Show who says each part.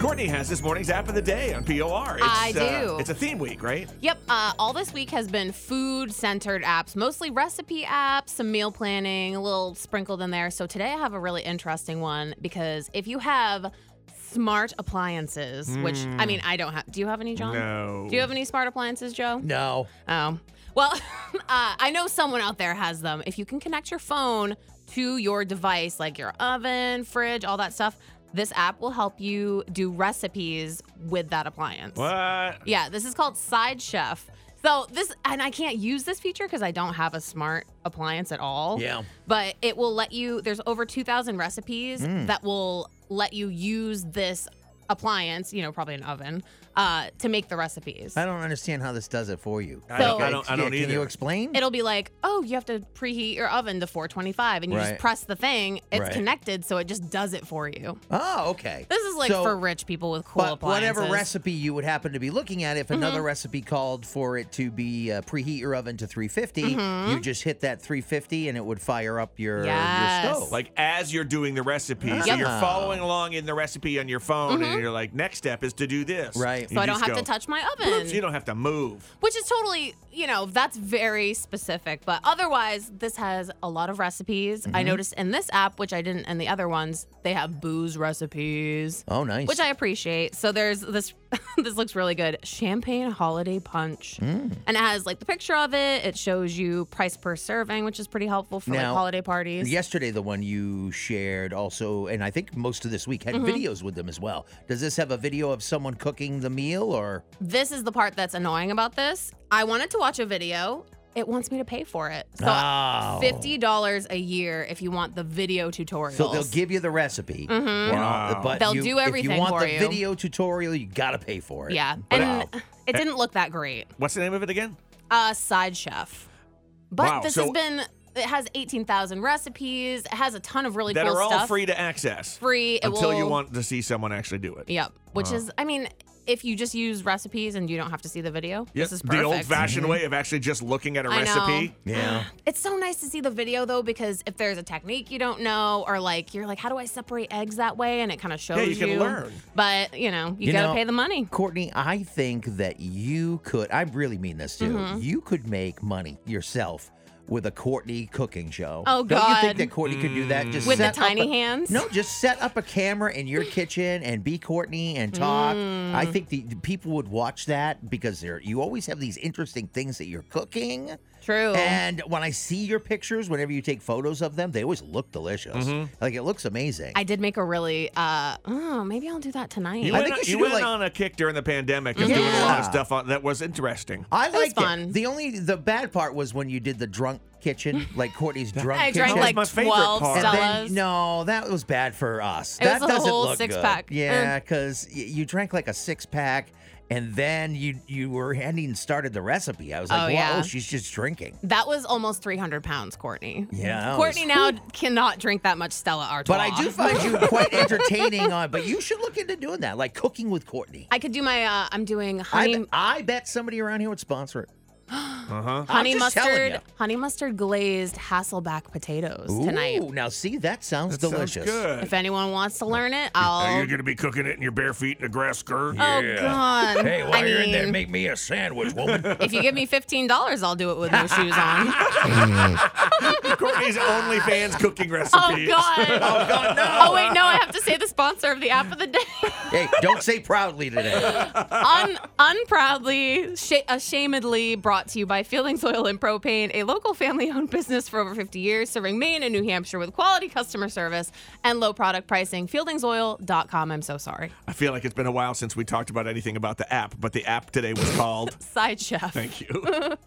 Speaker 1: Courtney has this morning's app of the day on POR. It's,
Speaker 2: I
Speaker 1: uh,
Speaker 2: do.
Speaker 1: it's a theme week, right?
Speaker 2: Yep. Uh, all this week has been food centered apps, mostly recipe apps, some meal planning, a little sprinkled in there. So today I have a really interesting one because if you have smart appliances, which I mean, I don't have. Do you have any, John?
Speaker 1: No.
Speaker 2: Do you have any smart appliances, Joe?
Speaker 3: No.
Speaker 2: Oh. Well, uh, I know someone out there has them. If you can connect your phone to your device, like your oven, fridge, all that stuff, this app will help you do recipes with that appliance.
Speaker 1: What?
Speaker 2: Yeah, this is called Side Chef. So this, and I can't use this feature because I don't have a smart appliance at all.
Speaker 3: Yeah.
Speaker 2: But it will let you. There's over 2,000 recipes
Speaker 3: Hmm.
Speaker 2: that will let you use this appliance. You know, probably an oven, uh, to make the recipes.
Speaker 3: I don't understand how this does it for you.
Speaker 1: I
Speaker 2: So-
Speaker 1: don't, I don't, I
Speaker 3: Yeah,
Speaker 1: don't
Speaker 3: Can
Speaker 1: either.
Speaker 3: you explain?
Speaker 2: It'll be like, oh, you have to preheat your oven to 425, and you
Speaker 3: Right.
Speaker 2: just press the thing. It's
Speaker 3: Right.
Speaker 2: connected, so it just does it for you.
Speaker 3: oh, okay.
Speaker 2: This is like
Speaker 3: So-
Speaker 2: for rich people with cool
Speaker 3: But
Speaker 2: appliances. Mm-hmm.
Speaker 3: whatever recipe you would happen to be looking at, if another recipe called for it to be uh, preheat your oven to 350,
Speaker 2: Mm-hmm.
Speaker 3: you just hit that 350 and it would fire up your, your
Speaker 2: Yes.
Speaker 3: stove.
Speaker 1: Like as you're doing the recipe, so
Speaker 2: Yep.
Speaker 1: you're following along in the recipe on your phone, and you're like, next step is to do this.
Speaker 3: Right.
Speaker 1: You
Speaker 2: Mm-hmm. So I don't
Speaker 1: just
Speaker 2: have to
Speaker 1: go,
Speaker 2: touch my oven.
Speaker 1: "Whoops," you don't have to move.
Speaker 2: which is totally, you know, that's very specific. But otherwise, this has a lot of recipes.
Speaker 3: Mm-hmm.
Speaker 2: I noticed in this app, which I didn't in the other ones, they have booze recipes,
Speaker 3: oh, nice.
Speaker 2: which I appreciate. So there's this. this looks really good. Champagne holiday punch,
Speaker 3: Mm.
Speaker 2: and it has like the picture of it. It shows you price per serving, which is pretty helpful for
Speaker 3: Now-
Speaker 2: like holiday parties.
Speaker 3: Yesterday, the one you shared also, and I think most of this week
Speaker 2: Mm-hmm.
Speaker 3: had videos with them as well. Does this have a video of someone cooking the meal or?
Speaker 2: This is the part that's annoying about this. I wanted to watch a video. It wants me to pay for it. So
Speaker 3: Oh.
Speaker 2: fifty dollars a year if you want the video tutorials.
Speaker 3: So they'll give you the recipe. you know,
Speaker 1: Wow.
Speaker 3: but
Speaker 2: Mm-hmm. They'll
Speaker 3: you-
Speaker 2: do
Speaker 3: If
Speaker 2: everything
Speaker 3: you want
Speaker 2: for
Speaker 3: the
Speaker 2: you.
Speaker 3: video tutorial, you got to pay for it.
Speaker 2: yeah,
Speaker 3: But,
Speaker 2: and
Speaker 3: wow.
Speaker 2: it didn't look that great.
Speaker 1: What's the name of it again?
Speaker 2: Uh, side chef, but
Speaker 1: Wow,
Speaker 2: this
Speaker 1: so-
Speaker 2: has been. It has eighteen thousand recipes. It has a ton of really
Speaker 1: that
Speaker 2: cool
Speaker 1: are all
Speaker 2: stuff.
Speaker 1: free to access
Speaker 2: Free. It
Speaker 1: until you
Speaker 2: will-
Speaker 1: want to see someone actually do it.
Speaker 2: Yep. Which is, I mean, if you just use recipes and you don't have to see the video,
Speaker 1: Yep,
Speaker 2: this is perfect.
Speaker 1: the old-fashioned
Speaker 3: Mm-hmm.
Speaker 1: way of actually just looking at a
Speaker 2: I know.
Speaker 1: recipe.
Speaker 3: yeah.
Speaker 2: It's so nice to see the video though, because if there's a technique you don't know, or like you're like, how do I separate eggs that way? And it kind of shows
Speaker 1: you can learn.
Speaker 2: But you know, you,
Speaker 3: You
Speaker 2: gotta
Speaker 3: know-
Speaker 2: pay the money.
Speaker 3: Courtney, I think that you could, I really mean this too,
Speaker 2: Mm-hmm.
Speaker 3: you could make money yourself with a Courtney cooking show.
Speaker 2: Oh,
Speaker 3: Don't you think
Speaker 2: God.
Speaker 3: that Courtney could do that? Just
Speaker 2: With the
Speaker 3: set up
Speaker 2: tiny
Speaker 3: a-
Speaker 2: hands?
Speaker 3: No, just set up a camera in your kitchen and be Courtney and talk. I
Speaker 2: Mm.
Speaker 3: think the, the people would watch that because they're, you always have these interesting things that you're cooking.
Speaker 2: True.
Speaker 3: And when I see your pictures, whenever you take photos of them, they always look delicious. Like it looks amazing.
Speaker 2: Mm-hmm. I did make a really uh oh, maybe I'll do that tonight.
Speaker 1: You
Speaker 3: I
Speaker 1: went,
Speaker 3: think you
Speaker 1: on-
Speaker 3: should
Speaker 1: you
Speaker 3: do,
Speaker 1: went
Speaker 3: like-
Speaker 1: on a kick during the pandemic of doing a lot
Speaker 3: Yeah.
Speaker 1: of stuff on, that was interesting.
Speaker 3: I
Speaker 2: was
Speaker 3: liked
Speaker 2: fun.
Speaker 3: it. The only the bad part was when you did the drunk kitchen, like Courtney's drunk
Speaker 2: I
Speaker 3: kitchen.
Speaker 2: drank
Speaker 1: That's
Speaker 2: like
Speaker 1: my favorite
Speaker 2: 12
Speaker 1: part.
Speaker 3: and
Speaker 2: Stellas.
Speaker 3: then, no, that was bad for us.
Speaker 2: It
Speaker 3: that
Speaker 2: was a
Speaker 3: doesn't
Speaker 2: whole Mm.
Speaker 3: look
Speaker 2: six
Speaker 3: good.
Speaker 2: pack.
Speaker 3: Yeah, because you drank like a six pack, and then you you were hadn't even started the recipe. I was like,
Speaker 2: Oh,
Speaker 3: whoa,
Speaker 2: yeah.
Speaker 3: she's just drinking.
Speaker 2: That was almost 300 pounds, Courtney.
Speaker 3: Yeah, that
Speaker 2: Courtney
Speaker 3: was-
Speaker 2: now cannot drink that much Stella Artois.
Speaker 3: But I do find you quite entertaining on. But you should look into doing that, like cooking with Courtney.
Speaker 2: I could do my, uh, I'm doing
Speaker 3: I,
Speaker 2: honey,
Speaker 3: bet- I bet somebody around here would sponsor it.
Speaker 1: Uh-huh.
Speaker 3: I'm
Speaker 2: honey
Speaker 3: just telling
Speaker 2: mustard,
Speaker 3: ya.
Speaker 2: honey mustard glazed Hasselback potatoes tonight.
Speaker 3: Ooh, now see, that sounds
Speaker 1: That sounds
Speaker 3: delicious.
Speaker 1: good.
Speaker 2: If anyone wants to learn it, I'll.
Speaker 1: to be cooking it in your bare feet in a grass skirt?
Speaker 2: Oh God! I mean,
Speaker 3: make me a sandwich, woman.
Speaker 2: if you give me fifteen dollars, I'll do it with no shoes on.
Speaker 1: Courtney's OnlyFans cooking recipes.
Speaker 2: Oh God! oh God! No! Oh wait, no! I have to say the sponsor of the app of the day.
Speaker 3: hey, don't say proudly today.
Speaker 2: Un- unproudly, sh- ashamedly brought to you by Feelings Oil and Propane, a local family owned business for over 50 years, serving Maine and New Hampshire with quality customer service and low product pricing. FieldingsOil.com. I'm so sorry.
Speaker 1: I feel like it's been a while since we talked about anything about the app, but the app today was called.
Speaker 2: Side chef.
Speaker 1: Thank you.